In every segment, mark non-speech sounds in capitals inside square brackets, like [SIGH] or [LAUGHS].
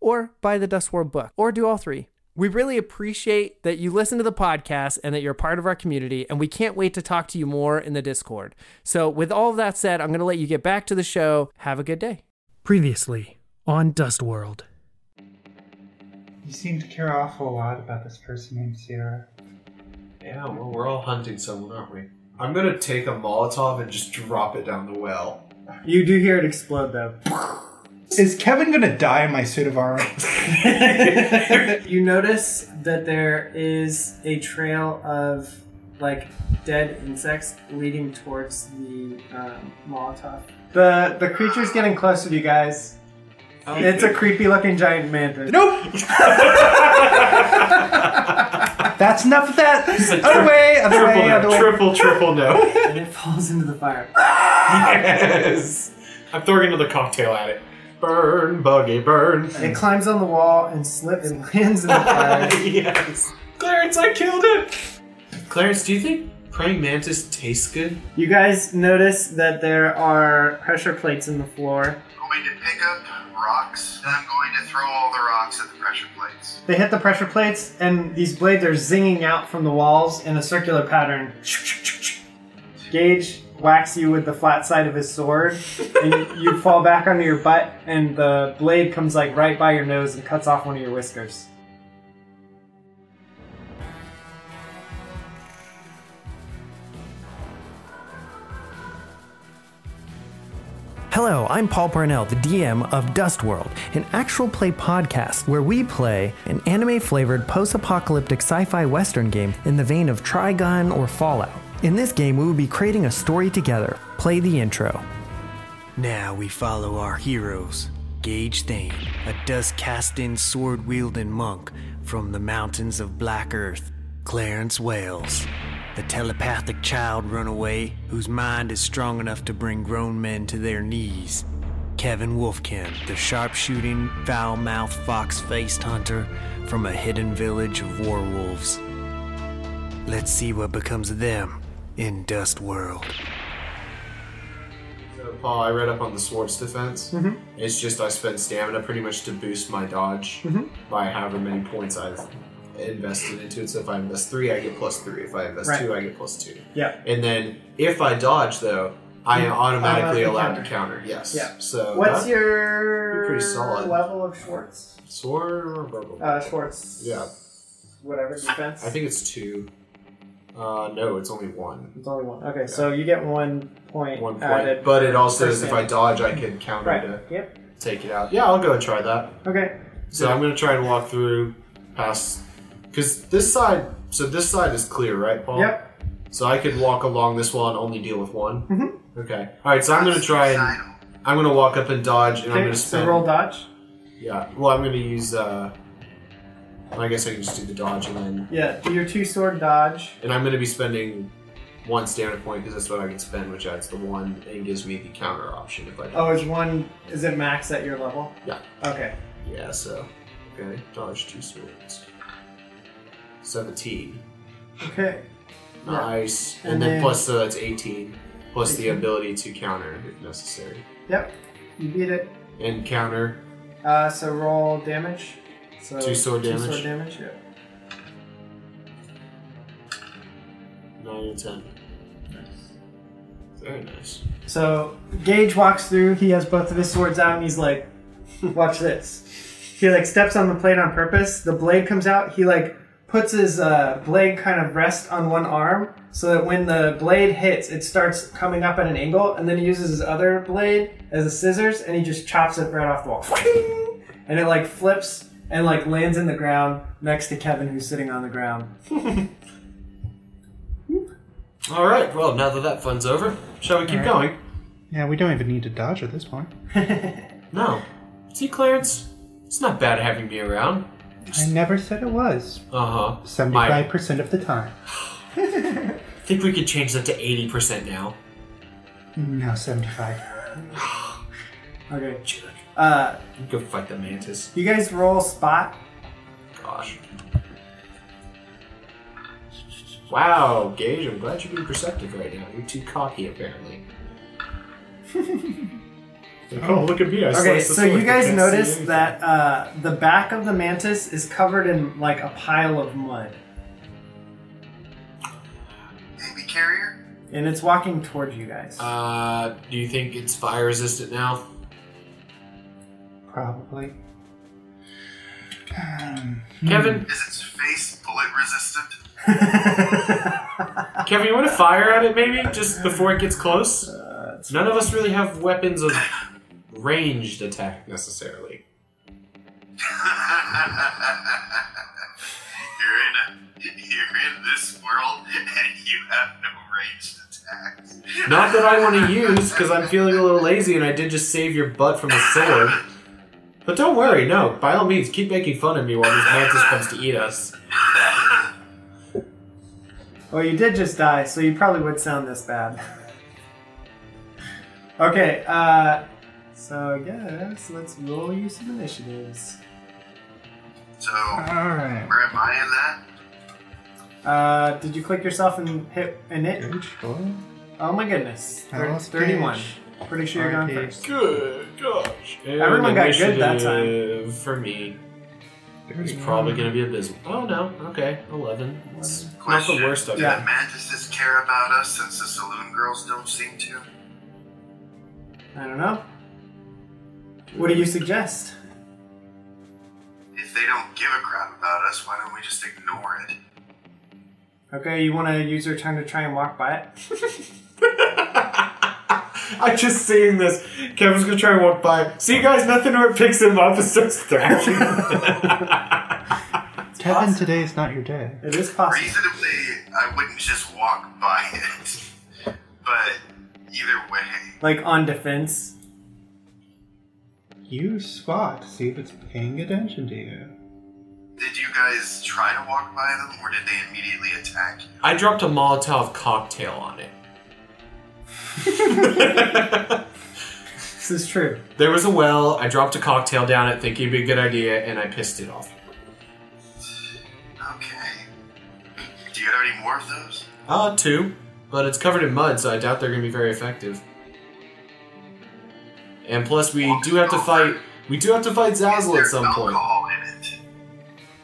or buy the Dust World book or do all three. We really appreciate that you listen to the podcast and that you're a part of our community, and we can't wait to talk to you more in the Discord. So, with all of that said, I'm going to let you get back to the show. Have a good day. Previously on Dust World. You seem to care awful lot about this person named Sierra. Yeah, well, we're all hunting someone, aren't we? I'm gonna take a Molotov and just drop it down the well. You do hear it explode though. Is Kevin gonna die in my suit of armor? you notice that there is a trail of like dead insects leading towards the um, Molotov. The the creature's getting close to you guys. It's a creepy looking giant mantis. nope! That's enough of that! Other way, other Triple way, no, other way. triple, triple no. [LAUGHS] And it falls into the fire. yes! I'm throwing another cocktail at it. Burn, buggy, burn. It climbs on the wall and slips and [LAUGHS] lands in the fire. yes. Clarence, I killed it! Clarence, do you think praying mantis tastes good? You guys notice that there are pressure plates in the floor. going to pick up rocks, and I'm going to throw all the rocks at the pressure plates. They hit the pressure plates, and these blades are zinging out from the walls in a circular pattern. Gage whacks you with the flat side of his sword, and you fall back onto your butt, and the blade comes like right by your nose and cuts off one of your whiskers. Hello, I'm Paul Parnell, the DM of Dust World, an actual play podcast where we play an anime flavored post apocalyptic sci fi western game in the vein of Trigun or Fallout. In this game, we will be creating a story together. Play the intro. Now we follow our heroes. Gage Thane, a dust casting, sword wielding monk from the mountains of Black Earth. Clarence Wales, the telepathic child runaway whose mind is strong enough to bring grown men to their knees. Kevin Wolfkin, the sharpshooting, foul mouthed, fox faced hunter from a hidden village of werewolves. Let's see what becomes of them in Dust World. So, Paul, I read up on the sword's defense. Mm-hmm. It's just I spend stamina pretty much to boost my dodge Mm-hmm. by however many points I've invested into it. So if I invest three, I get plus three. If I invest Right. two, I get plus two. Yeah. And then if I dodge, though, I am automatically Mm-hmm. Automatically allowed to counter. Yes. Yeah. So What's that- your you're Oh, pretty solid. level of Schwartz? sword? Or blah, blah, blah. Uh, Schwartz. Yeah. Whatever defense. I think it's two. Uh, no, it's only one. it's only one. Okay, so you get one point, One point. added. but it also per is if I stamina. dodge, I can counter Right. Yep. to take it out. Yeah, I'll go and try that. Okay. So I'm gonna try and walk through past because this side. So this side is clear, right, Paul? Yep. So I could walk along this wall and only deal with one. Mm-hmm. Okay. All right. So I'm gonna try and Sidle. I'm gonna walk up and dodge, and I'm Okay. gonna So spend. roll dodge. Yeah. Well, I'm gonna use. uh I guess I can just do the dodge and then, Yeah. Do your two sword dodge. and I'm gonna be spending one stamina point because that's what I can spend, which adds the one and gives me the counter option if I. Oh, is one? Is it max at your level? Yeah. Okay. Yeah. So. Okay. Dodge two swords. Seventeen. Okay. Yeah. Nice. And, And then, then- plus, so that's 18. Plus the ability to counter if necessary. Yep. You beat it. And counter. Uh, so roll damage. So Two sword Two damage. sword damage. Yeah. 9 and 10. Very nice. So Gage walks through. He has both of his swords out, and he's like, "Watch this." He like steps on the plate on purpose. The blade comes out. He like puts his uh, blade kind of rest on one arm, so that when the blade hits, it starts coming up at an angle, and then he uses his other blade as a scissors, and he just chops it right off the wall, and it like flips and like lands in the ground next to Kevin, who's sitting on the ground. Alright, well, now that that fun's over, shall we keep going? Yeah, we don't even need to dodge at this point. No. See, Clarence? It's not bad having me around. I never said it was. Uh huh. Seventy-five percent of the time. I think we could change that to 80% now. No, seventy-five. Okay. Uh, Go fight the mantis. you guys roll spot. Gosh. Wow, Gage, I'm glad you're being perceptive right now. You're too cocky, apparently. [LAUGHS] oh, look at me. I Okay, sliced the so you sword. guys Can't see notice anything. that uh, the back of the mantis is covered in like a pile of mud, Baby carrier? and it's walking toward you guys. Uh, do you think it's fire resistant now? Probably. Um, Kevin, Is its face bullet resistant? [LAUGHS] Kevin, you [LAUGHS] want to fire at it maybe? Just before it gets close? Uh, None of us really have weapons of ranged attack necessarily. you're in a you're in this world and you have no ranged attacks. Not that I want to use, because I'm feeling a little lazy and I did just save your butt from a sword. But don't worry, no, by all means, keep making fun of me while this mantis comes to eat us. well, you did just die, so you probably would sound this bad. [LAUGHS] okay, uh, so yes, let's roll you some initiatives. So Alright. where am I in that? Uh, did you click yourself and hit and it? Oh my goodness, I Thir- lost thirty-one. Gage. Pretty sure you're going RIP. first. Good gosh. And Everyone got good that time. Mm-hmm. initiative For me, it's probably going to be abysmal. Oh no, okay, 11. It's not the Question. worst of [LAUGHS] Do it. the mantises care about us since the saloon girls don't seem to? I don't know. What do you suggest? If they don't give a crap about us, why don't we just ignore it? Okay, you want to use your turn to try and walk by it? I'm just seeing this. Kevin's gonna try and walk by. See you guys, nothing or it picks him up and starts thrashing. [LAUGHS] Kevin, today is not your day. It is possible. Reasonably, I wouldn't just walk by it. But either way, Like on defense. You swat to see if it's paying attention to you. did you guys try to walk by them or did they immediately attack you? I dropped a Molotov cocktail on it. [LAUGHS] This is true. There was a well. I dropped a cocktail down it, thinking it'd be a good idea, and I pissed it off. Okay. Do you have any more of those? Ah, Uh, two, but it's covered in mud, so I doubt they're gonna be very effective. And plus, we do have to fight. We do have to fight Zazzle at There's some point. alcohol in it.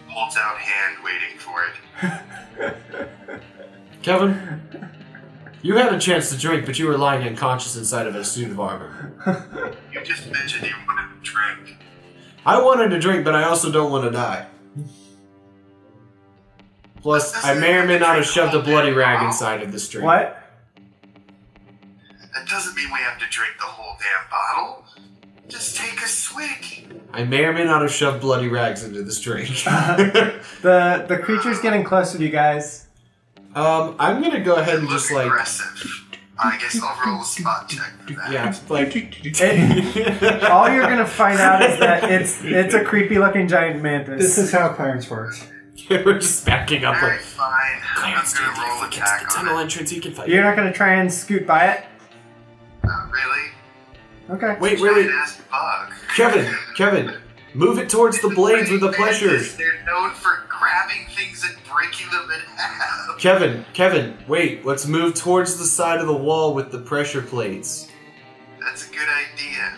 Holds out hand waiting for it. Kevin, you had a chance to drink, but you were lying unconscious inside of a suit of armor. You just mentioned you wanted a drink. I wanted to drink, but I also don't want to die. Plus, I may or may not have shoved a bloody rag inside of this drink. What? That doesn't mean we have to drink the whole damn bottle. Just take a swig. I may or may not have shoved bloody rags into this drink. [LAUGHS] The the creature's getting closer to you guys. um, I'm gonna go ahead and just Look like, aggressive. I guess I'll roll a spot check for that. yeah, like, [LAUGHS] All you're gonna find out is that it's it's a creepy looking giant mantis. This is how Clarence works. we're just backing up Alright, like. fine. Clarence, I'm dude, gonna if roll you get to attack the on tunnel it. entrance, you can fight. you're not gonna try and scoot by it. Not really. Okay. Wait, wait, wait, Giant ass bug. Kevin, Kevin, move it towards the blades with the pleshers. They're known for grabbing things and breaking them in half. Kevin, Kevin, wait, let's move towards the side of the wall with the pressure plates. That's a good idea.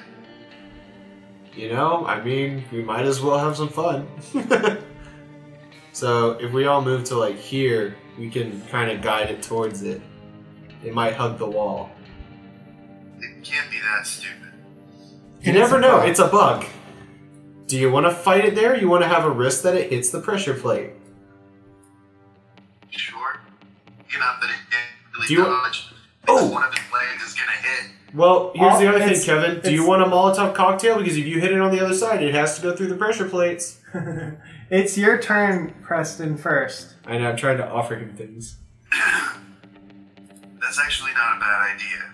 You know, I mean, we might as well have some fun. [LAUGHS] so if we all move to like here, we can kind of guide it towards it. It might hug the wall. It can't be that stupid. You never know, it's a bug. Do you want to fight it there? Or you want to have a risk that it hits the pressure plate? Sure. You know that it can't really Do you- dodge. Oh! One of his legs is gonna hit. Well, here's the Oh, other thing, it's- Kevin. Do you it's- want a Molotov cocktail? Because if you hit it on the other side, it has to go through the pressure plates. [LAUGHS] It's your turn, Preston. First. I know, I'm trying to offer him things. That's actually not a bad idea.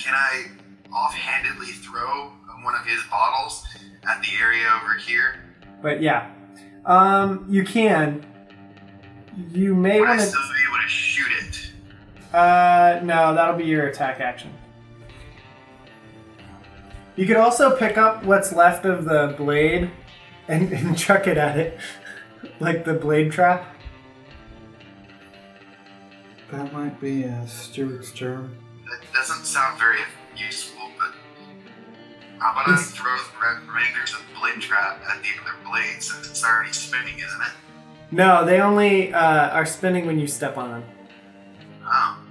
Can I offhandedly throw one of his bottles at the area over here? But yeah, um, you can. You may Would I want still to. be able to shoot it? Uh, no, that'll be your attack action. You could also pick up what's left of the blade and, [LAUGHS] and chuck it at it, [LAUGHS] like the blade trap. That might be a Stewart's germ. That doesn't sound very useful, but how about I throw the re- remainder of the blade trap at the other blade since it's already spinning, isn't it? No, they only uh, are spinning when you step on them. Um,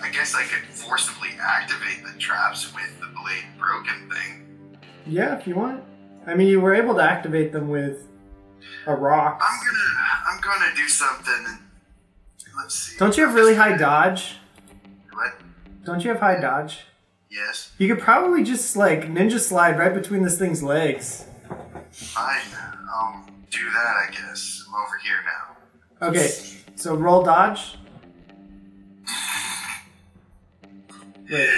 I guess I could forcibly activate the traps with the blade broken thing. Yeah, if you want. I mean, you were able to activate them with a rock. I'm gonna, I'm gonna do something. And let's see. Don't you have really high dodge? What? Don't you have high dodge? Yes, You could probably just like ninja slide right between this thing's legs. fine. I'll do that. I guess I'm over here now. Okay, so roll dodge. [LAUGHS] Wait.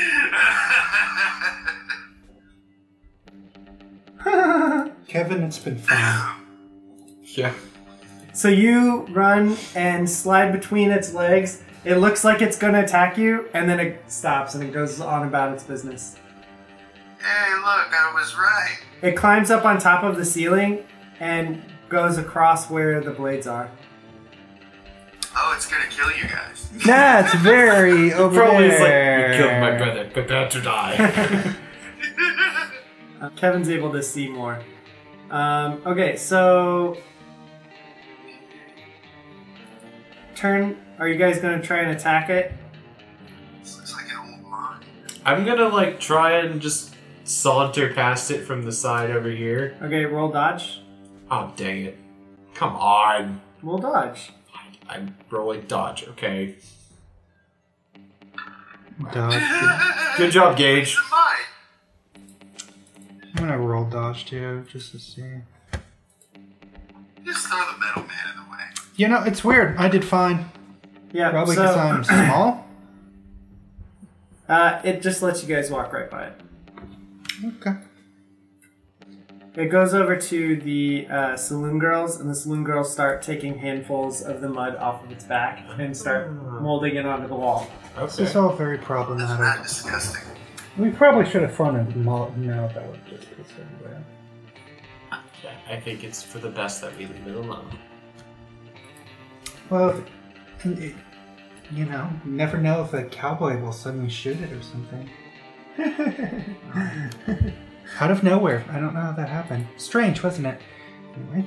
Kevin, it's been fun. Yeah. So you run and slide between its legs. It looks like it's gonna attack you, and then it stops and it goes on about its business. Hey, look, I was right. It climbs up on top of the ceiling and goes across where the blades are. Oh, it's gonna kill you guys. That's very over Probably it's there. like, you killed my brother, prepare to die. Uh, Kevin's able to see more. Um, okay, so turn. Are you guys gonna try and attack it? This looks like an old mine. [LAUGHS] I'm gonna like try and just saunter past it from the side over here. Okay, roll dodge. Oh dang it. Come on. Roll dodge. I'm rolling dodge, okay. Dodge. Good job, Gage. It's mine. I'm gonna roll dodge too, just to see. Just throw the metal man in the way. You know, it's weird. I did fine. Yeah, Probably so because I'm small. uh, it just lets you guys walk right by it. Okay. It goes over to the uh, saloon girls, and the saloon girls start taking handfuls of the mud off of its back and start molding it onto the wall. This is Okay. all very Isn't that problematic. disgusting? We probably should have formed a mullet. No, that would just piss everybody off. I think it's for [LAUGHS] the best that we leave it alone. Well, if- You know, you never know if a cowboy will suddenly shoot it or [LAUGHS] something. Out of nowhere. I don't know how that happened. Strange, wasn't it? Anyway.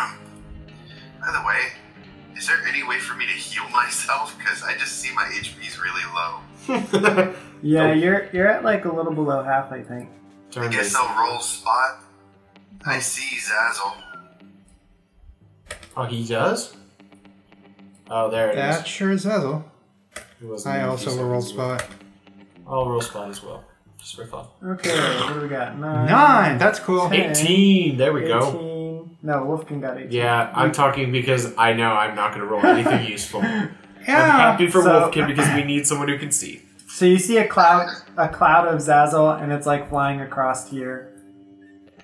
By the way, is there any way for me to heal [LAUGHS] myself? Because I just see my HP's really low. Yeah, you're you're at like a little below half, I think. Turn I guess base. I'll roll spot. I see Zazzle. Oh, he does? Oh, there it is. That sure is Zazzle. It wasn't I there a also few will roll seconds ago. spot. I'll roll spot as well. Just for fun. Okay, what do we got? Nine. Nine! That's cool. Hey. 18! There we go. 18. No, Wolfkin got 18. Yeah, I'm talking because I know I'm not going to roll [LAUGHS] anything useful. I'm Yeah! happy for so- Wolfkin because we need someone who can see. So you see a cloud, a cloud of Zazzle, and it's like flying across here.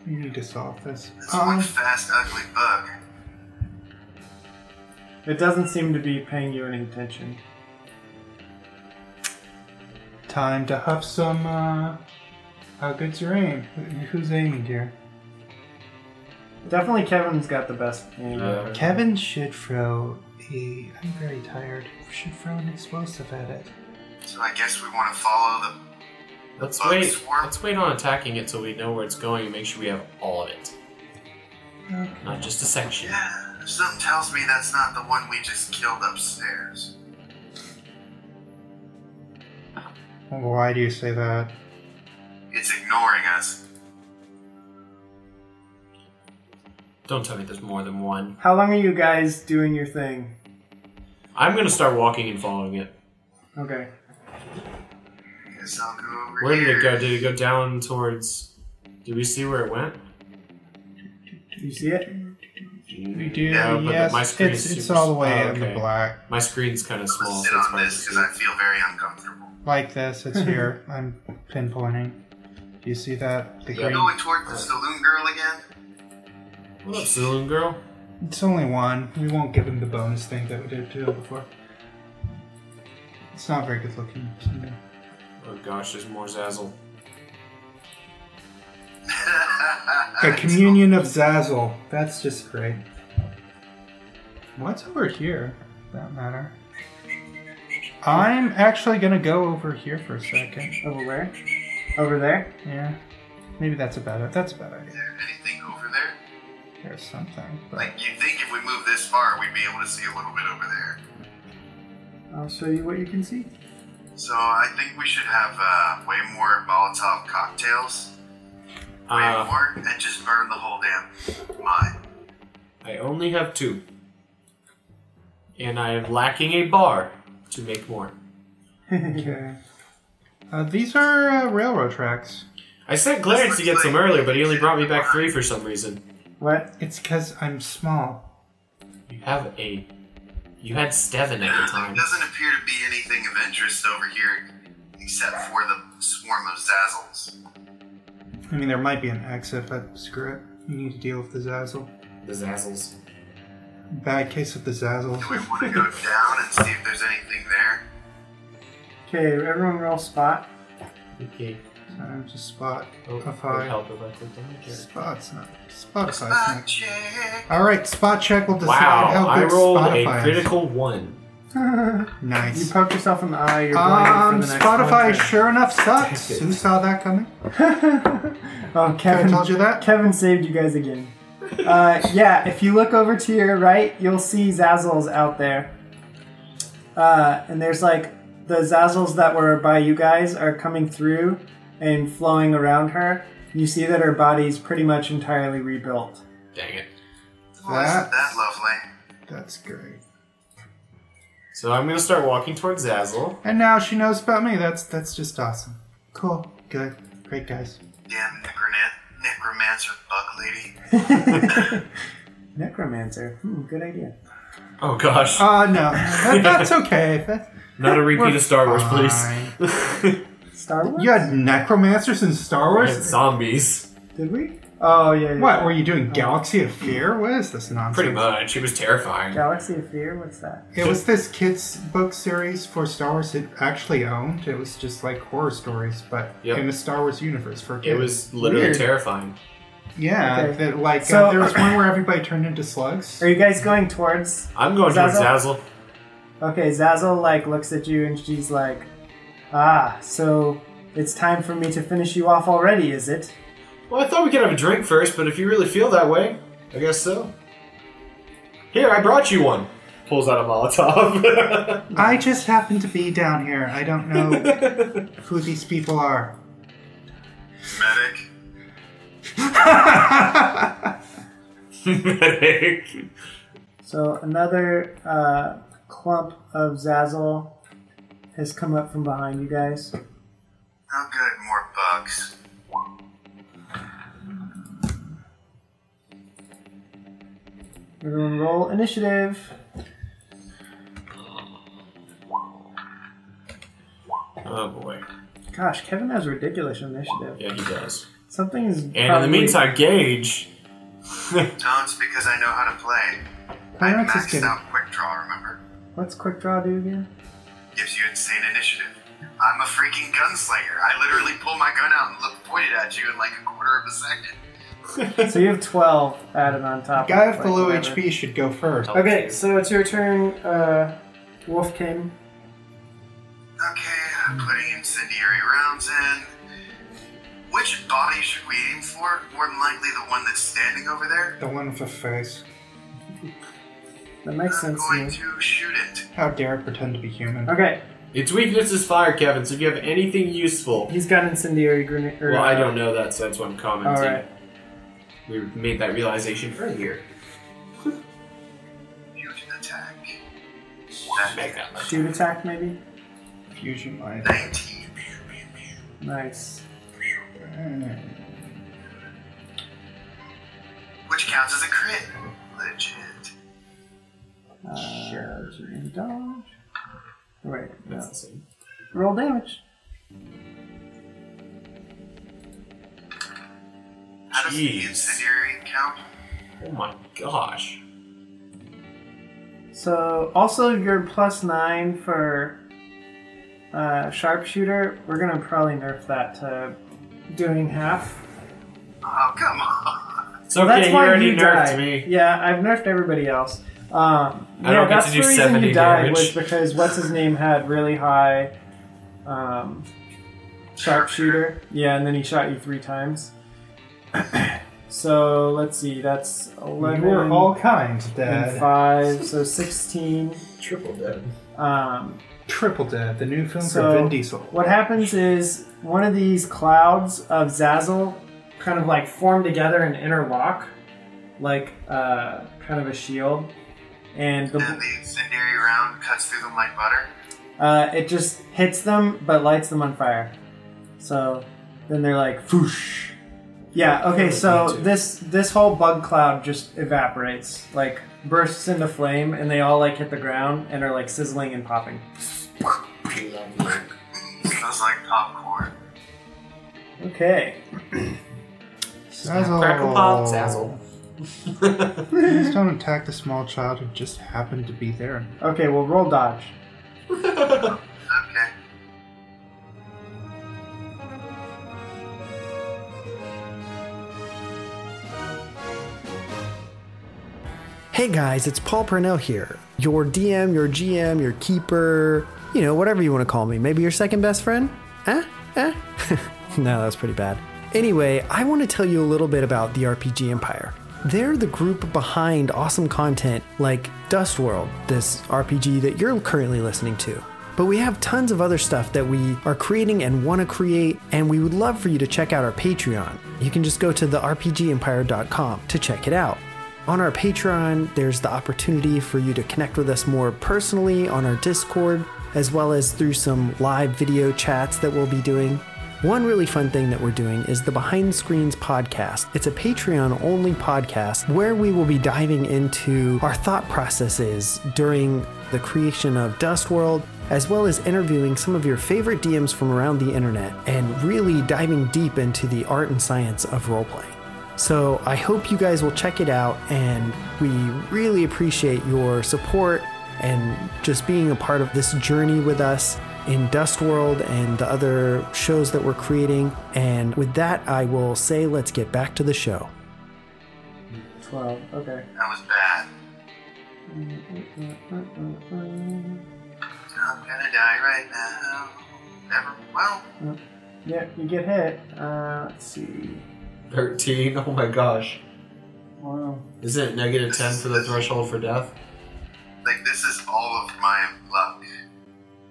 We need to solve this. This one Um, fast, ugly bug. It doesn't seem to be paying you any attention. time to huff some, uh. How good's your aim? Who- Who's aiming here? Definitely, Kevin's got the best aim. Yeah. Kevin should throw a. I'm very tired. Should throw an explosive at it. So I guess we want to follow the Let's Bug wait. swarm. Let's wait on attacking it till we know where it's going and make sure we have all of it, not just a section. Yeah, something tells me that's not the one we just killed upstairs. Why do you say that? It's ignoring us. Don't tell me there's more than one. How long are you guys doing your thing? I'm gonna start walking and following it. Okay. Guess I'll go over Where did here. it go? Did it go down towards? Did we see where it went? Do you see it? We do. No, but yes, my screen it's, is it's super- all the way oh, in the okay. black. My screen's kind of I'm gonna small. sit so it's on hard to this because see. I feel very uncomfortable. Like this. It's here. I'm pinpointing. Do you see that? The Yeah. green. Going towards the saloon girl again? What up, saloon girl? It's only one. We won't give him the bonus thing that we did to him before. It's not very good looking. Oh gosh, there's more Zazzle. [LAUGHS] The communion of Zazzle. That's just great. What's over here? for That matter. I'm actually gonna go over here for a second. Over where? Over there? Yeah, maybe that's a better. That's a better idea. Is there anything over there? There's something. But Like, you'd think if we moved this far, we'd be able to see a little bit over there. I'll show you what you can see. So I think we should have uh, way more Molotov cocktails. Way Uh, more, and just burn the whole damn mine. I only have two, and I am lacking a bar to make more. okay. [LAUGHS] Uh, these are uh, railroad tracks. I sent Clarence to get some earlier, but he only brought me back three for some reason. What? It's because I'm small. You have a. You had Steven [LAUGHS] at the There time. doesn't appear to be anything of interest over here, except for the swarm of Zazzles. I mean, there might be an exit, but screw it. You need to deal with the Zazzle. The Zazzles. Bad case of the Zazzle. Do we want [LAUGHS] to go down and see if there's anything there? Okay, everyone roll spot. Okay. I'm just spot Oh, a for five. help if I click damage. or- Spot's not. Spot Ah, five. check. All right, spot check will decide Wow, how I good rolled Spotify a is. critical one. You Nice. poked yourself in the eye. You're Um, blinded for the next Spotify one. sure [LAUGHS] enough sucks. Dang it. Who saw that coming? oh, Kevin I told you that. Kevin saved you guys again. Uh, yeah, if you look over to your right, you'll see Zazzles out there. Uh, and there's like the Zazzles that were by you guys are coming through and flowing around her. You see that her body's pretty much entirely rebuilt. Dang it. Well, isn't that That's- lovely? That's great. So I'm gonna start walking towards Zazzle. And now she knows about me. That's that's just awesome. Cool. Good. Great guys. Damn necroman- necromancer bug lady. [LAUGHS] Necromancer. Hmm, good idea. Oh gosh. Uh no, [LAUGHS] that, that's okay. That- Not a repeat of Star Wars, fine. please. Star [LAUGHS] Wars? you had necromancers in Star and Wars. zombies. Did we? Oh, yeah. yeah. What were you doing? Galaxy of Fear? What is this nonsense? Pretty much. It was terrifying. Galaxy of Fear? What's that? It was this kids' book series for Star Wars. It actually owned. It was just like horror stories, but Yep. in the Star Wars universe for kids. It was literally Weird. terrifying. Yeah, Okay. that, like So- uh, there was one where everybody turned into slugs. Are you guys going towards? I'm going towards Zazzle? Zazzle. Okay, Zazzle like looks at you and she's like, "Ah, so it's time for me to finish you off already, is it?" Well, I thought we could have a drink first, but if you really feel that way, I guess so. Here, I brought you one. Pulls out a Molotov. [LAUGHS] I just happen to be down here. I don't know who these people are. Medic. Medic. So another uh, clump of Zazzle has come up from behind you guys. How good more bugs? Everyone, roll initiative. Oh boy. Gosh, Kevin has ridiculous initiative. Yeah, he does. Something is. And probably- in the meantime, Gage. Don't because I know how to play. I Clarence is maxed getting. out quick draw, remember? what's quick draw do again? Gives you insane initiative. I'm a freaking gunslinger. I literally pull my gun out and look pointed at you in like a quarter of a [LAUGHS] second. so you have twelve added on top. Guy of with the like, low whatever. HP should go first. Okay, so it's your turn, uh, Wolf King. Okay, I'm putting incendiary rounds in. Which body should we aim for? More than likely the one that's standing over there. The one with the face. That makes I'm sense to going me. to shoot it. How dare it pretend to be human? Okay, Its weakness is fire, Kevin, so if you have anything useful. he's got incendiary grenade. uh, Well, I don't know that, so that's why I'm All commenting. right. We made that realization earlier. Huge attack. Make that much. Shoot attack, maybe. Fusion life. 19. Nice. Which counts as a crit. Legit. Uh, and dodge. Wait, That's no. the same. roll damage. How does the Jeez. incendiary count? Oh my gosh. So also your plus nine for uh, sharpshooter. We're gonna probably nerf that to doing half. Oh, come on. It's okay, That's you why already you nerfed died. me. Yeah, I've nerfed everybody else. Um, I yeah, don't get that's to the do reason 70 you died damage. was because what's his name had really high um, sharpshooter. Yeah, and then he shot you three times. [CLEARS THROAT] so let's see, that's You eleven were all kinds and dead. five, so sixteen. Triple dead. Um, Triple dead. The new film So- from Vin Diesel. What happens is one of these clouds of Zazzle kind of like form together and interlock, like uh, kind of a shield, and Then the, the incendiary round cuts through them like butter. uh, it just hits them but lights them on fire. So then they're like, "Foosh!" Yeah. Okay. So this this whole bug cloud just evaporates, like bursts into flame, and they all like hit the ground and are like sizzling and popping. Smells like popcorn. Okay. Zazzle. Crackle pop, Zazzle. Please don't attack the small child who just happened to be there. Okay. Well, roll dodge. Okay. Hey guys, it's Paul Purnell here. Your DM, your GM, your keeper, you know, whatever you want to call me. Maybe your second best friend? Eh? Eh? [LAUGHS] no, that was pretty bad. Anyway, I want to tell you a little bit about the RPG Empire. They're the group behind awesome content like Dust World, this RPG that you're currently listening to. But we have tons of other stuff that we are creating and want to create, and we would love for you to check out our Patreon. You can just go to therpgempire.com to check it out. On our Patreon, there's the opportunity for you to connect with us more personally on our Discord, as well as through some live video chats that we'll be doing. One really fun thing that we're doing is the Behind Screens podcast. It's a Patreon only podcast where we will be diving into our thought processes during the creation of Dust World, as well as interviewing some of your favorite DMs from around the internet and really diving deep into the art and science of roleplay. So I hope you guys will check it out, and we really appreciate your support and just being a part of this journey with us. in Dust World and the other shows that we're creating. And with that, I will say, let's get back to the show. 12. Okay. That was bad. I'm gonna die right now. Never. Well, Yeah, you get hit. Uh, let's see. 13. Oh my gosh. Wow. Isn't it negative 10 for the threshold for death? like this is all of my luck.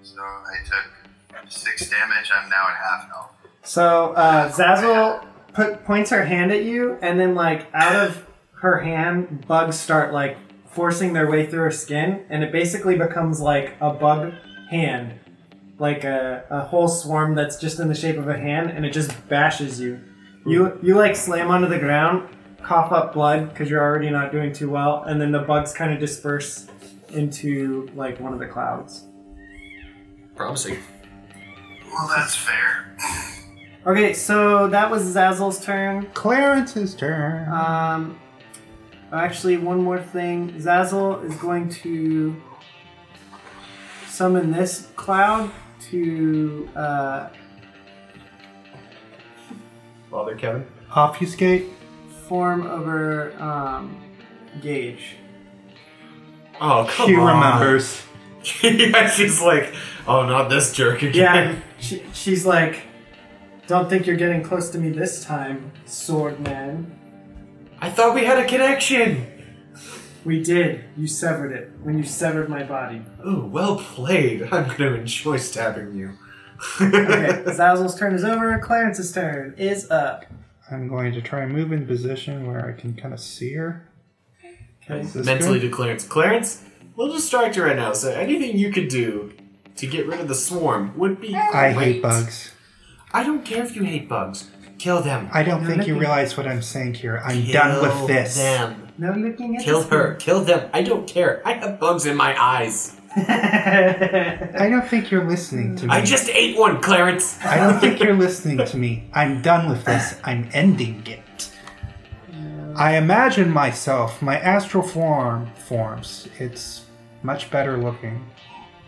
So I took six damage. I'm now at half health. So uh, Zazzle put, points her hand at you, and then like out of her hand, bugs start like forcing their way through her skin, and it basically becomes like a bug hand, like a, a whole swarm that's just in the shape of a hand, and it just bashes you. You you like slam onto the ground, cough up blood because you're already not doing too well, and then the bugs kind of disperse into like one of the clouds. Promising. Well, that's fair. Okay, so that was Zazzle's turn. Clarence's turn. Um, actually, one more thing. Zazzle is going to summon this cloud to. Uh, Father Kevin? Obfuscate. form over um, [LAUGHS] Gage. Oh, come She on. remembers. [LAUGHS] yeah, she's like, oh, not this jerk Yeah, again. she, she's like, "Don't think you're getting close to me this time, sword man. I thought we had a connection. We did. You severed it when you severed my body." Oh, well played. I'm going to enjoy stabbing you. [LAUGHS] Okay, Zazzle's turn is over. Clarence's turn is up. I'm going to try and move in position where I can kind of see her. Okay. Is this Mentally good? to Clarence. Clarence, we'll distract her right now. So anything you could do to get rid of the swarm would be. I great. hate bugs. I don't care if you hate bugs. Kill them. I don't think you looking- realize what I'm saying here. I'm Kill done with this. Them. No looking at Kill this her. Kill them. I don't care. I have bugs in my eyes. [LAUGHS] one. I don't think you're listening to me. I just ate one, Clarence. Mm-hmm. I don't think [LAUGHS] you're listening to me. I'm done with this. I'm ending it. I imagine myself, my astral form forms. It's much better looking.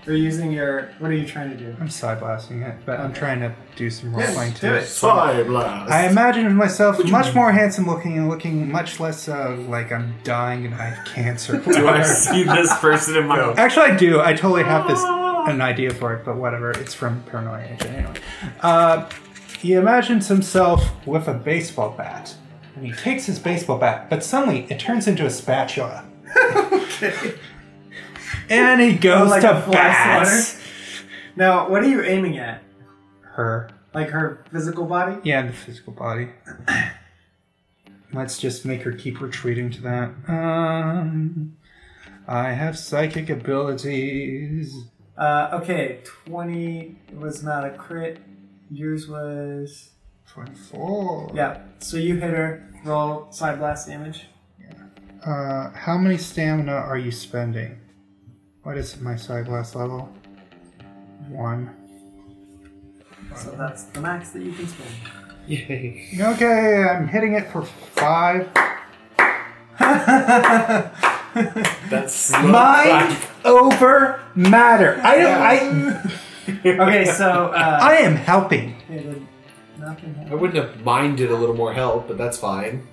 You're using your. What are you trying to do? I'm side blasting it, but I'm trying to do some role playing do to it. it. Five last. I imagine myself much more handsome looking and looking much less uh, like I'm dying and I have cancer. [LAUGHS] Do I see this person in my? Actually, I do. I totally have this Ah. an idea for it, but whatever. It's from Paranoia Agent anyway. Uh, he imagines himself with a baseball bat, and he takes his baseball bat, but suddenly it turns into a spatula. And he goes Like a to fly bat Now, what are you aiming at? her. Like her physical body? Yeah, the physical [CLEARS THROAT] body. Let's just make her keep retreating to that. Um, I have psychic abilities. Uh, okay, 20 was not a crit. Yours was. Twenty-four. Yeah, so you hit her, roll side blast damage. Uh, how many stamina are you spending? What is my side blast level? One. So that's the max that you can spend. [LAUGHS] Okay, I'm hitting it for five. [LAUGHS] That's slow. Mind over matter. I don't. Okay, so. Uh, I. I am helping. it would- nothing [LAUGHS] I happened. wouldn't have minded a little more help, but that's fine.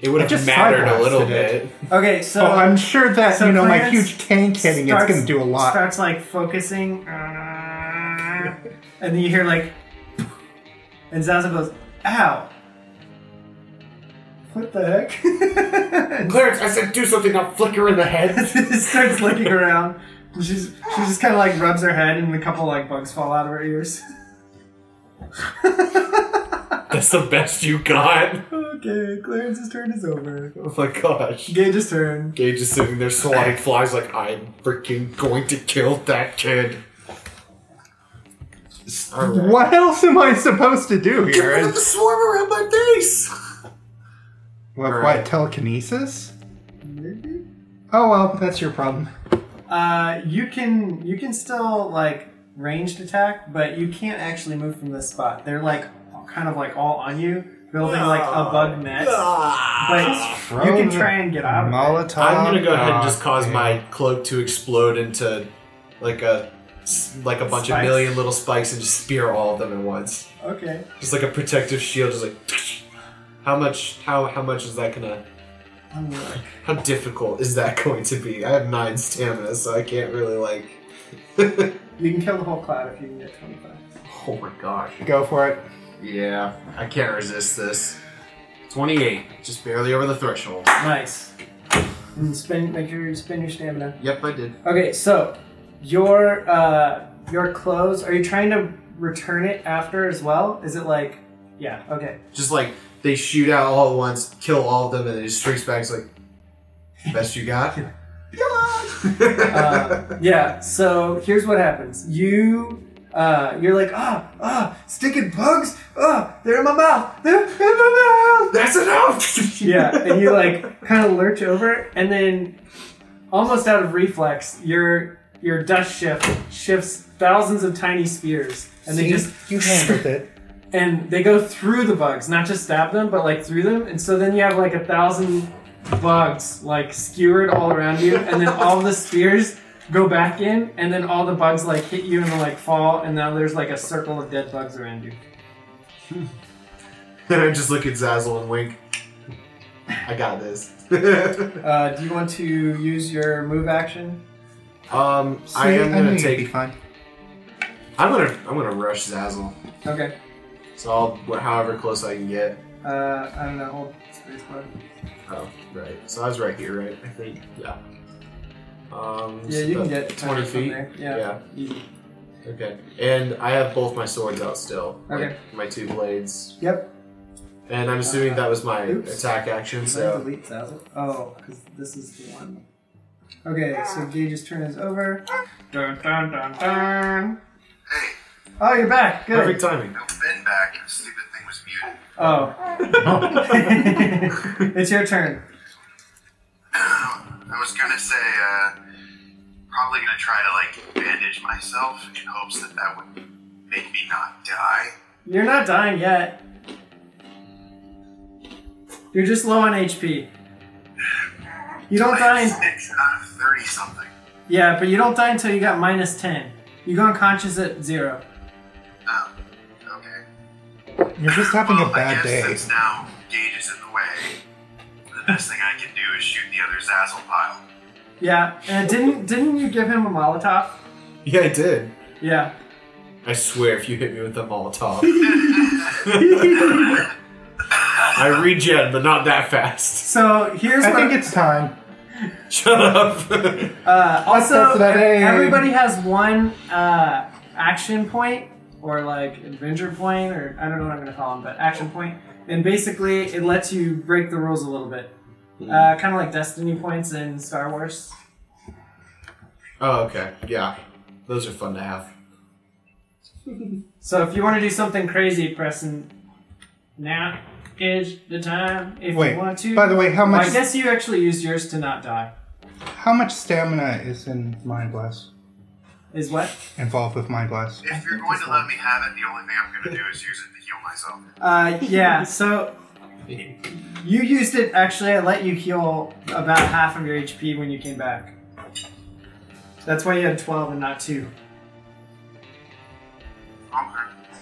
It would I have just mattered a little side-blasted [LAUGHS] bit. Okay, so. oh, I'm sure that so you know my Clarence huge tank hitting. It's starts- going to do a lot. Starts like focusing, uh, and then you hear like, and Zaza goes, "Ow! What the [LAUGHS] heck?" Clarence, I said do something, not flicker in the head. starts looking around. And she's she just kind of like rubs her head, and a couple like bugs fall out of her ears. [LAUGHS] [LAUGHS] That's the best you got. okay, Clarence's turn is over. [LAUGHS] Oh my gosh. Gage's turn. Gage is sitting there swatting flies like I'm freaking going to kill that kid. Alright. What else am I supposed to do Get here? rid of the Is- swarm around my face! What, Alright. what telekinesis? Oh well, that's your problem. Uh, you can you can still like ranged attack, but you can't actually move from this spot. They're like kind of like all on you, building like a bug net. Ah. But you can try and get out of it. Molotov. Oh, I'm gonna go ahead and just cause cocktail. my cloak to explode into like a s- like a bunch Spikes. of million little spikes and just spear all of them at once. Okay. Just like a protective shield, just like how much how how much is that gonna I'm like, how difficult is that [LAUGHS] going to be? I have nine stamina, so I can't really like you can kill the whole cloud if you can get 25. Oh my gosh. Go for it. Yeah, I can't resist this. Twenty-eight. Just barely over the threshold. Nice. And spend, make sure you spend your stamina. Yep, I did. Okay, so your uh, your clothes. Are you trying to return it after as well? Is it like, yeah? Okay. Just like they shoot out all at once, kill all of them, and then he just streaks back. It's like, best you [LAUGHS] got. Uh, yeah. So here's what happens. You uh, you're like ah ah sticking bugs ah they're in my mouth they're in my mouth. That's enough. Yeah, and you like kind of lurch over, and then almost out of reflex, your your dust shift shifts thousands of tiny spears, and they just you handled it. and they go through the bugs, not just stab them, but like through them. And so then you have like a thousand bugs like skewered all around you, and then all the spears go back in, and then all the bugs like hit you and like fall, and now there's like a circle of dead bugs around you. [LAUGHS] Then I just look at Zazzle and wink. I got this. [LAUGHS] Uh, do you want to use your move action? um, I See, am knew gonna you'd be take. fine. I'm gonna. I'm gonna rush Zazzle. Okay. So I'll wh- however close I can get. Uh, I don't know. Hold space bar. Oh, right. So I was right here, right? I think. Yeah. Um, Yeah, so you can about get twenty from feet. There. Yeah. Yeah. Easy. Okay. And I have both my swords out still. like, Okay. my two blades. Yep. And I'm assuming that was my Oops. attack action, Did I so. delete Zazzle? Oh, because this is the one. Okay, so Gage's turn is over. Dun, dun, dun, dun. Hey, Oh, you're back. Good. Perfect [LAUGHS] timing. no bin back. The stupid thing was muted. [CLEARS THROAT] Oh. [LAUGHS] it's your turn. I was gonna say, uh, probably gonna try to like bandage myself in hopes that that would make me not die. You're not dying yet. You're just low on HP. You don't Like, die. six out of thirty something. Yeah, but you don't die until you got minus ten. You go unconscious at zero. Oh, okay. You're just having well, a bad I guess day. since now Gage is in the way, the best thing I can do is shoot the other Zazzle pile. Yeah, and didn't didn't you give him a Molotov? Yeah, I did. Yeah. I swear, if you hit me with a Molotov. I regen, but not that fast. [LAUGHS] So here's I what think it's time. Shut up. [LAUGHS] uh, That's also that aim. everybody has one uh, action point or like adventure point or I don't know what I'm gonna call them, but action point. And basically, it lets you break the rules a little bit, uh, kind of like destiny points in Star Wars. oh, okay. Yeah. Those are fun to have. So if you want to do something crazy, press and now is the time if Wait, you want to. by the way, how Well, I much- guess you actually used yours to not die. How much stamina is in Mind Blast? Is what? Involved with Mind Blast? If you're going to let me have it, the only thing I'm gonna do is use it to heal myself. Uh, yeah, so you used it actually. I let you heal about half of your HP when you came back. That's why you had 12 and not 2. Okay.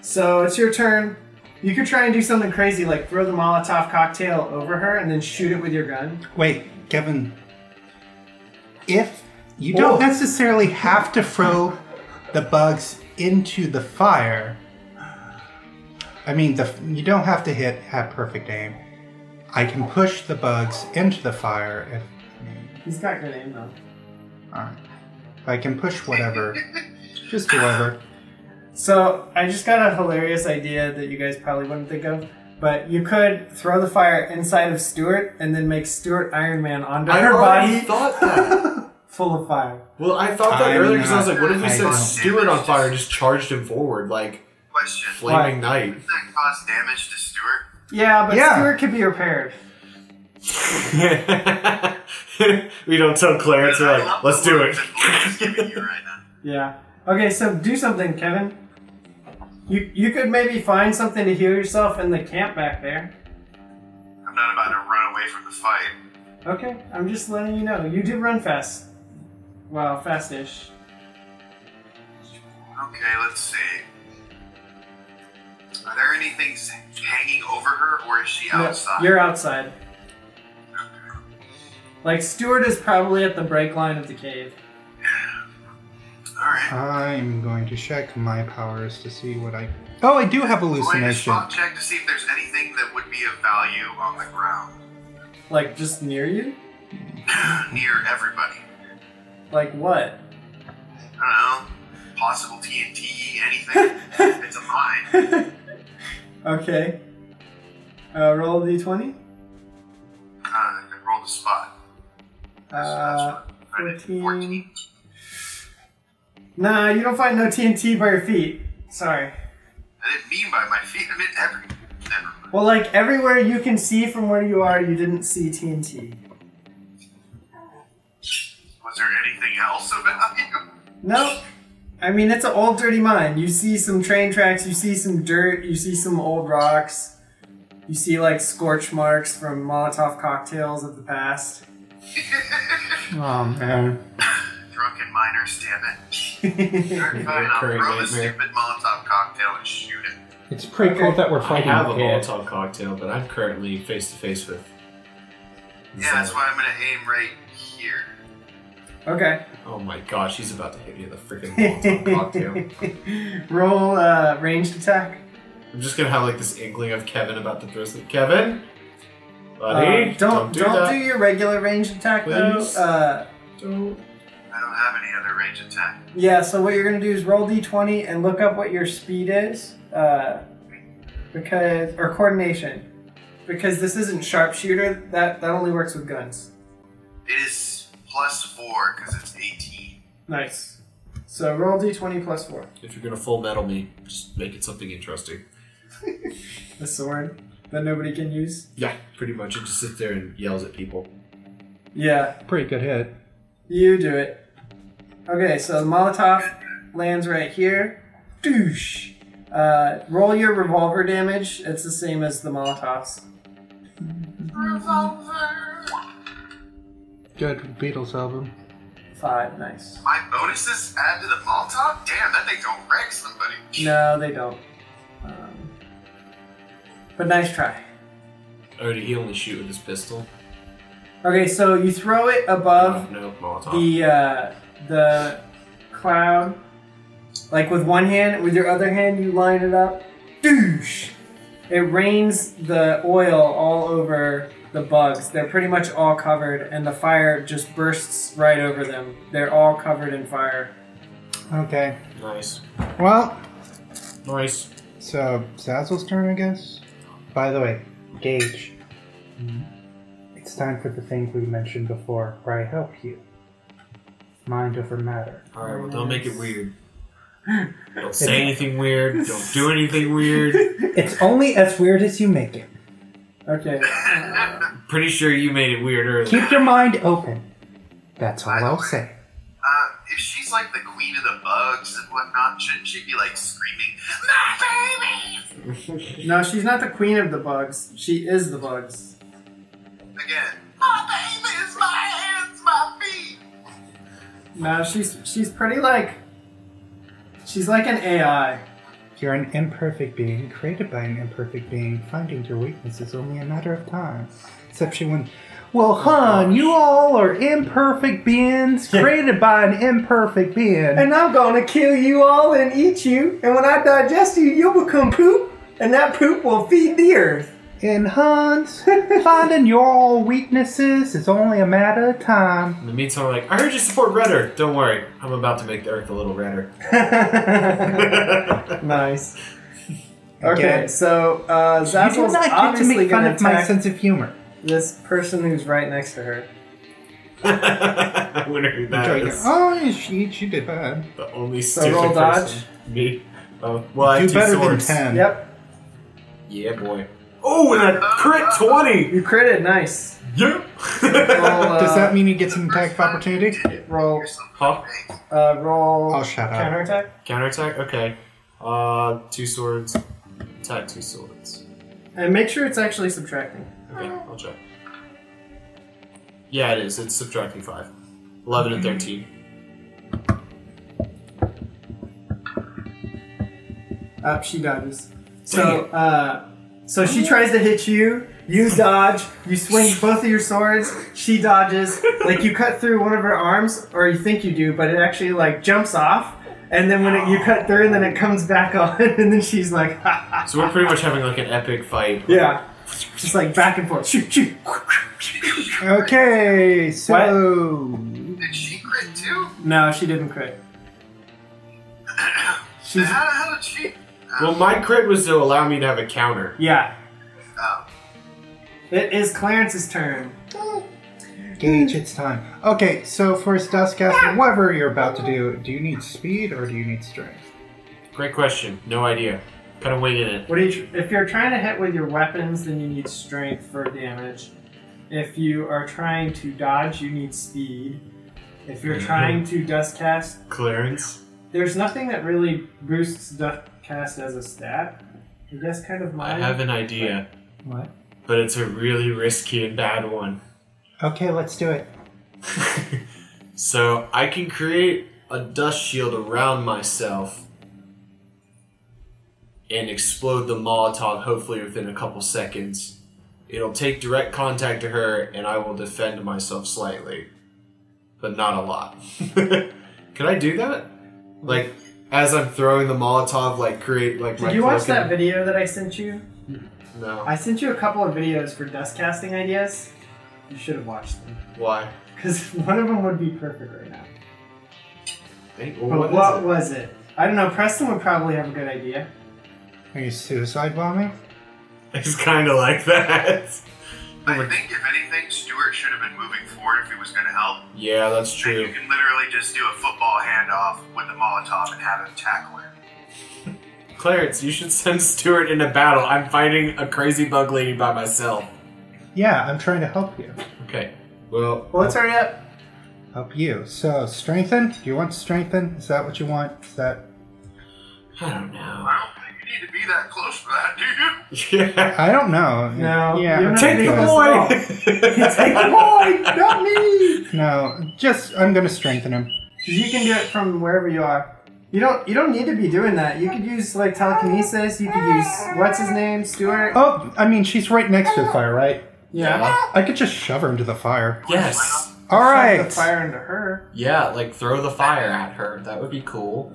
So it's your turn. You could try and do something crazy like throw the Molotov cocktail over her and then shoot it with your gun. Wait, Kevin. If you don't Whoa. necessarily have to throw the bugs into the fire, I mean, the, you don't have to hit have perfect aim. I can push the bugs into the fire if. He's got good aim though. Alright. I can push whatever. Just whatever. So I just got a hilarious idea that you guys probably wouldn't think of. But you could throw the fire inside of Stuart and then make Stuart Iron Man onto I her already body thought that. full of fire. Well, I thought that I'm earlier because I was not- like, what if we I set don't. Stewart on fire and just charged him forward like Question: Flaming Knight? Does that cause damage to Stuart? Yeah, but Yeah. Stuart could be repaired. [LAUGHS] we don't tell Clarence. We're like, let's do [LAUGHS] it. Yeah. Okay, so do something, Kevin. You you could maybe find something to heal yourself in the camp back there. I'm not about to run away from the fight. Okay, I'm just letting you know. You did run fast. Well, fast-ish. Okay, let's see. Are there any things hanging over her, or is she No, outside? you're outside. Like Stuart is probably at the break line of the cave. All right. I'm going to check my powers to see what I. Oh, I do have Play a hallucination. spot check to see if there's anything that would be of value on the ground Like just near you? near everybody. Like what? I don't know. Possible TNT, [LAUGHS] anything. it's a mine. Uh, okay. Uh, roll a d20. Uh, I rolled a spot. So that's Uh, what I did. 14. 14. nah, you don't find no TNT by your feet. Sorry. I didn't mean by my feet. I meant every. Never mind. Well, like everywhere you can see from where you are, you didn't see TNT. Was there anything else of value? [LAUGHS] No. I mean, it's an old dirty mine. You see some train tracks, you see some dirt, you see some old rocks, you see like scorch marks from Molotov cocktails of the past. [LAUGHS] Oh man. Drunken miners, damn it. Alright, fine, I'll Recurring throw this nightmare. stupid Molotov cocktail and shoot it. It's pretty cool that we're I fighting have a the kid. Molotov cocktail, but I'm currently face to face with. Yeah, that's why I'm gonna aim right here. Okay. Oh my gosh, he's about to hit me with a freaking [LAUGHS] Molotov cocktail. Roll uh, ranged attack. I'm just gonna have like this inkling of Kevin about to throw something. Kevin, buddy, Uh, don't don't do, that. your regular ranged attack. though. Please. Uh, Don't. I don't have any other range attack. yeah. So what you're gonna do is roll d20 and look up what your speed is, uh, because or coordination, because this isn't sharpshooter. That that only works with guns. It is plus four because it's 18. Nice. So roll d20 plus four. If you're gonna full metal me, just make it something interesting. A sword that nobody can use. Yeah, pretty much. It just sits there and yells at people. Yeah, Pretty good hit. you do it. Okay, so the Molotov lands right here. Douche. Uh, roll your revolver damage. It's the same as the Molotovs. Good Beatles album. Five. Nice. My bonuses add to the Molotov? Damn, that thing's gonna wreck somebody. No, they don't. Um, but nice try. Oh, did he only shoot with his pistol? Okay, so you throw it above Oh, no, Molotov. Uh, the uh, the cloud, like with one hand, with your other hand, you line it up. Douche! It rains the oil all over the bugs. They're pretty much all covered, and the fire just bursts right over them. They're all covered in fire. Okay. Nice. Well, Nice. so Zazzle's turn, I guess. By the way, Gage. Mm-hmm. It's time for the thing we mentioned before, where I help you. Mind over matter. Alright, well, don't make it [LAUGHS] weird. Don't say anything weird. Don't do anything [LAUGHS] weird. It's only as weird as you make it. Okay. Pretty sure you made it weird earlier. Keep your mind open. That's all I'll say. Uh, if she's like the queen of the bugs and whatnot, shouldn't she be like screaming, My baby! No, she's not the queen of the bugs. She is the bugs. Again. My baby is my hands, my feet! No, she's she's pretty like. She's like an AI. You're an imperfect being, created by an imperfect being. Finding your weakness is only a matter of time. Except she went, Well, hon, you all are imperfect beings, created by an imperfect being. And I'm gonna kill you all and eat you, and when I digest you, you'll become poop, and that poop will feed the earth. [LAUGHS] And Hans, finding your all weaknesses is only a matter of time. In the meantime, I'm like, I heard you support redder. Don't worry, I'm about to make the earth a little redder. [LAUGHS] [LAUGHS] Nice. Okay, Again. so uh, You do Zazzel's not get to obviously make fun gonna of my attack sense of humor. this person who's right next to her. I wonder who that Enjoy your- is. Oh, she, she did bad. The only So stupid roll person. Me. Oh, well, I have Do two better swords. than 10. Yep, Yeah, boy. Oh, and a crit 20! you critted. Nice. Yeah! Roll, uh, Does that mean he gets an attack of opportunity? roll? [LAUGHS] huh? Uh, roll. I'll shut up. Counterattack. Counterattack? Okay. Uh, two swords. Attack two swords. And make sure it's actually subtracting. Okay, I'll check. Yeah, it is. It's subtracting five. 11 and 13. Up, Uh, she dodges. So, uh, so she tries to hit you. You dodge. You [LAUGHS] swing both of your swords. She dodges. Like you cut through one of her arms, or you think you do, but it actually like jumps off. And then when it, you cut through, and then it comes back on, [LAUGHS] and then she's like, ha, ha. So we're pretty much having like an epic fight. yeah, just like back and forth. Shoot, shoot. Uh, Okay, so Did she crit too? No, she didn't crit. Then She's How, how did she? Well, my crit was to allow me to have a counter. yeah. Oh, It is Clarence's turn. Gage, it's time. Okay, so for his dust casting, whatever you're about to do, do you need speed or do you need strength? Great question. No idea. Kind of winging it. What do you? If you're trying to hit with your weapons, then you need strength for damage. If you are trying to dodge, you need speed. If you're trying to dust cast, Clearance. there's nothing that really boosts dust cast as a stat. I guess kind of I mine. have an idea, What? but it's a really risky and bad one. Okay, let's do it. [LAUGHS] so I can create a dust shield around myself and explode the Molotov hopefully within a couple seconds. It'll take direct contact to her and I will defend myself slightly, but not a lot. [LAUGHS] can I do that? Like, as I'm throwing the Molotov, like, create, like, my Did you watch cloak that and- video that I sent you? No. I sent you a couple of videos for dust casting ideas. You should have watched them Why? because [LAUGHS] one of them would be perfect right now. Think, well, what But what, is it? was it? I don't know. Preston would probably have a good idea. Are you suicide bombing? [LAUGHS] It's kind of like that. [LAUGHS] I think if anything, Stewart should have been moving forward if he was going to help. Yeah, that's Then you true. can literally just do a football handoff with the Molotov and have him tackle it. Clarence, you should send Stuart into battle. I'm fighting a crazy bug lady by myself. Yeah, I'm trying to help you. Okay. Well, Well, let's hurry up. Help you. So, strengthen? Do you want strengthen? Is that what you want? Is that. I don't know. I don't think you need to be that close for that, do you? Yeah. I don't know. No, Yeah. you're not okay, big good. enough. Take the [LAUGHS] [LAUGHS] Boy, not me. No, just. I'm gonna strengthen him. You can do it from wherever you are. You don't. You don't need to be doing that. You could use like telekinesis. You could use what's his name, Stuart. Oh, I mean, she's right next to the fire, right? yeah. I could just shove her into the fire. Yes. Shove Alright! The fire into her. Yeah, like throw the fire at her. That would be cool.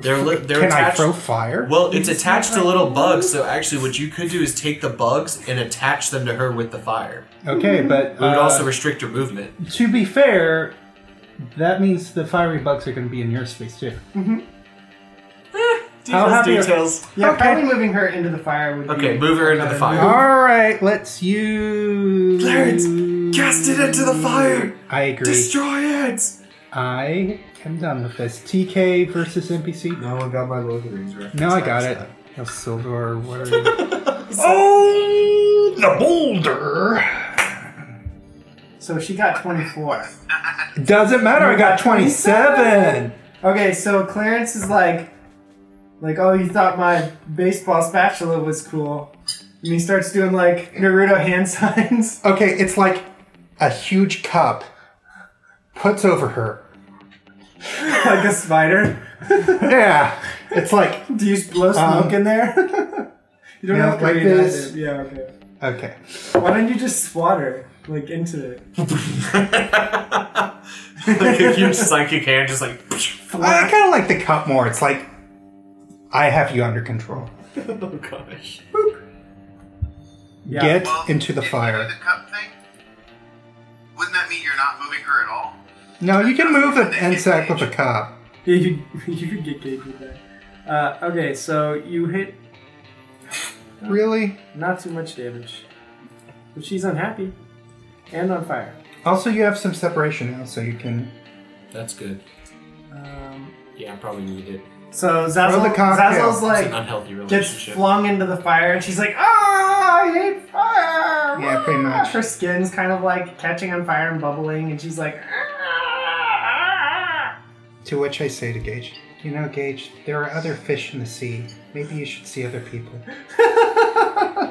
They're li- they're Can I attached. throw fire? well, it's attached to little bugs, so actually, what you could do is take the bugs and attach them to her with the fire. Okay, but. It would uh, also restrict her movement. To be fair, that means the fiery bugs are going to be in your space too. I'll have you- details. Yeah, Okay. probably moving her into the fire would be. Okay, move her into the fire. All right, let's use. cast it into the fire. I agree. Destroy it. I am done with this. TK versus NPC. No one got my Lord of the Rings reference. No, I got That's it. bad. No silver. What are [LAUGHS] you? Oh, the boulder. So she got 24. Doesn't matter. I got twenty-seven. Okay, so Clarence is like, like, oh, you thought my baseball spatula was cool, and he starts doing like Naruto hand [LAUGHS] signs. Okay, it's like a huge cup puts over her. like a spider. Yeah, it's like Do you blow smoke Um, in there? [LAUGHS] you don't no, have to like read that, this. dude. Yeah, okay. okay. Why don't you just swat her like into it? [LAUGHS] like a huge psychic hand, just like. [LAUGHS] I, I kind of like the cup more. It's like I have you under control. oh gosh. Yeah. Get Well, into the if you do fire. the cup thing, wouldn't that mean you're not moving her at all? No, you can move an insect with a cup. Yeah, [LAUGHS] you you could get caged with that. Uh, okay, so you hit Really? not too much damage, but she's unhappy and on fire. Also, you have some separation now, so you can. That's good. Um, Yeah, I probably need it. so Zazzle, the cocktail. Zazzle's It's an like unhealthy gets relationship. flung into the fire, and she's like, "Ah, I hate fire!" Yeah, pretty Ah! much. Her skin's kind of like catching on fire and bubbling, and she's like, "Ah." To which I say to Gage, you know, Gage, there are other fish in the sea. Maybe you should see other people. I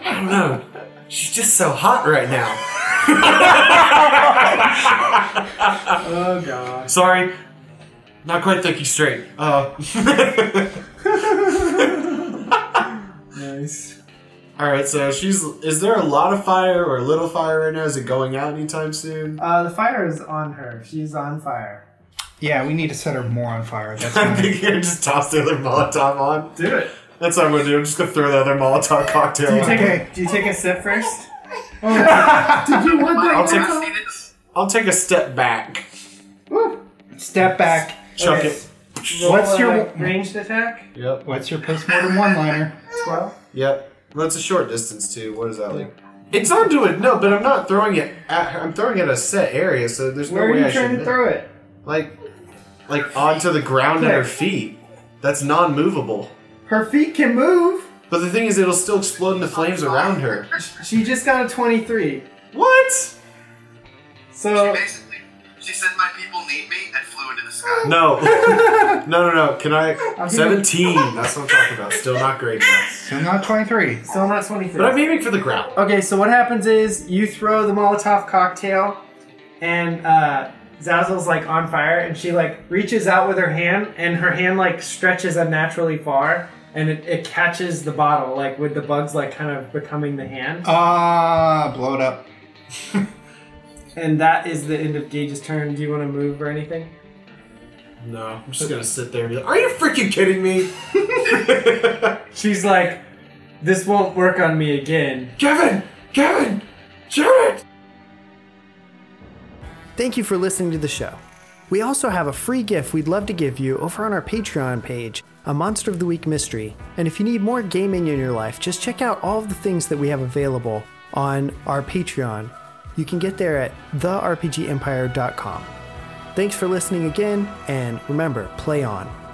don't know. She's just so hot right now. "Oh gosh." Sorry, not quite thinking straight. Uh. is. [LAUGHS] All right, so she's. Is there a lot of fire or a little fire right now? Is it going out anytime soon? [LAUGHS] Uh, the fire is on her. She's on fire. Yeah, we need to set her more on fire. That's I'm fine. thinking I just toss the other Molotov on. Do it. That's what I'm gonna do. I'm just gonna throw the other Molotov cocktail. Do you on. take Okay. a, do you take a sip first? I'll take. I need to- I'll take a step back. Step back. Chuck Okay. it. What's Roll your- a ranged attack? Yep. What's your postmortem one-liner? Twelve. Yep. Well, it's a short distance too. What is that like? It's onto it. No, but I'm not throwing it. At her. I'm throwing it at a set area, so there's no Where are way you I trying should to throw it? like, like onto the ground at her feet. That's non-movable. Her feet can move. But the thing is, it'll still explode into flames around her. She just got a twenty-three. What? So She basically, she said my people need me and flew into the sky. No. [LAUGHS] no, no, no. Can I? 17. That's what I'm talking about. Still not great enough. So not 23. still not twenty-three. But I'm aiming for the ground. Okay, so what happens is you throw the Molotov cocktail, and uh, Zazzle's like on fire, and she like reaches out with her hand, and her hand like stretches unnaturally far, and it, it catches the bottle, like with the bugs like kind of becoming the hand, Ah, blow it up. and that is the end of Gage's turn. Do you want to move or anything? No, I'm just gonna sit there and be like, "Are you freaking kidding me, She's like, "This won't work on me again." Kevin? Kevin, Jared!" Thank you for listening to the show. We also have a free gift we'd love to give you over on our Patreon page, a Monster of the Week mystery. And if you need more gaming in your life, just check out all of the things that we have available on our Patreon. You can get there at therpgempire.com. Thanks for listening again, and remember, play on.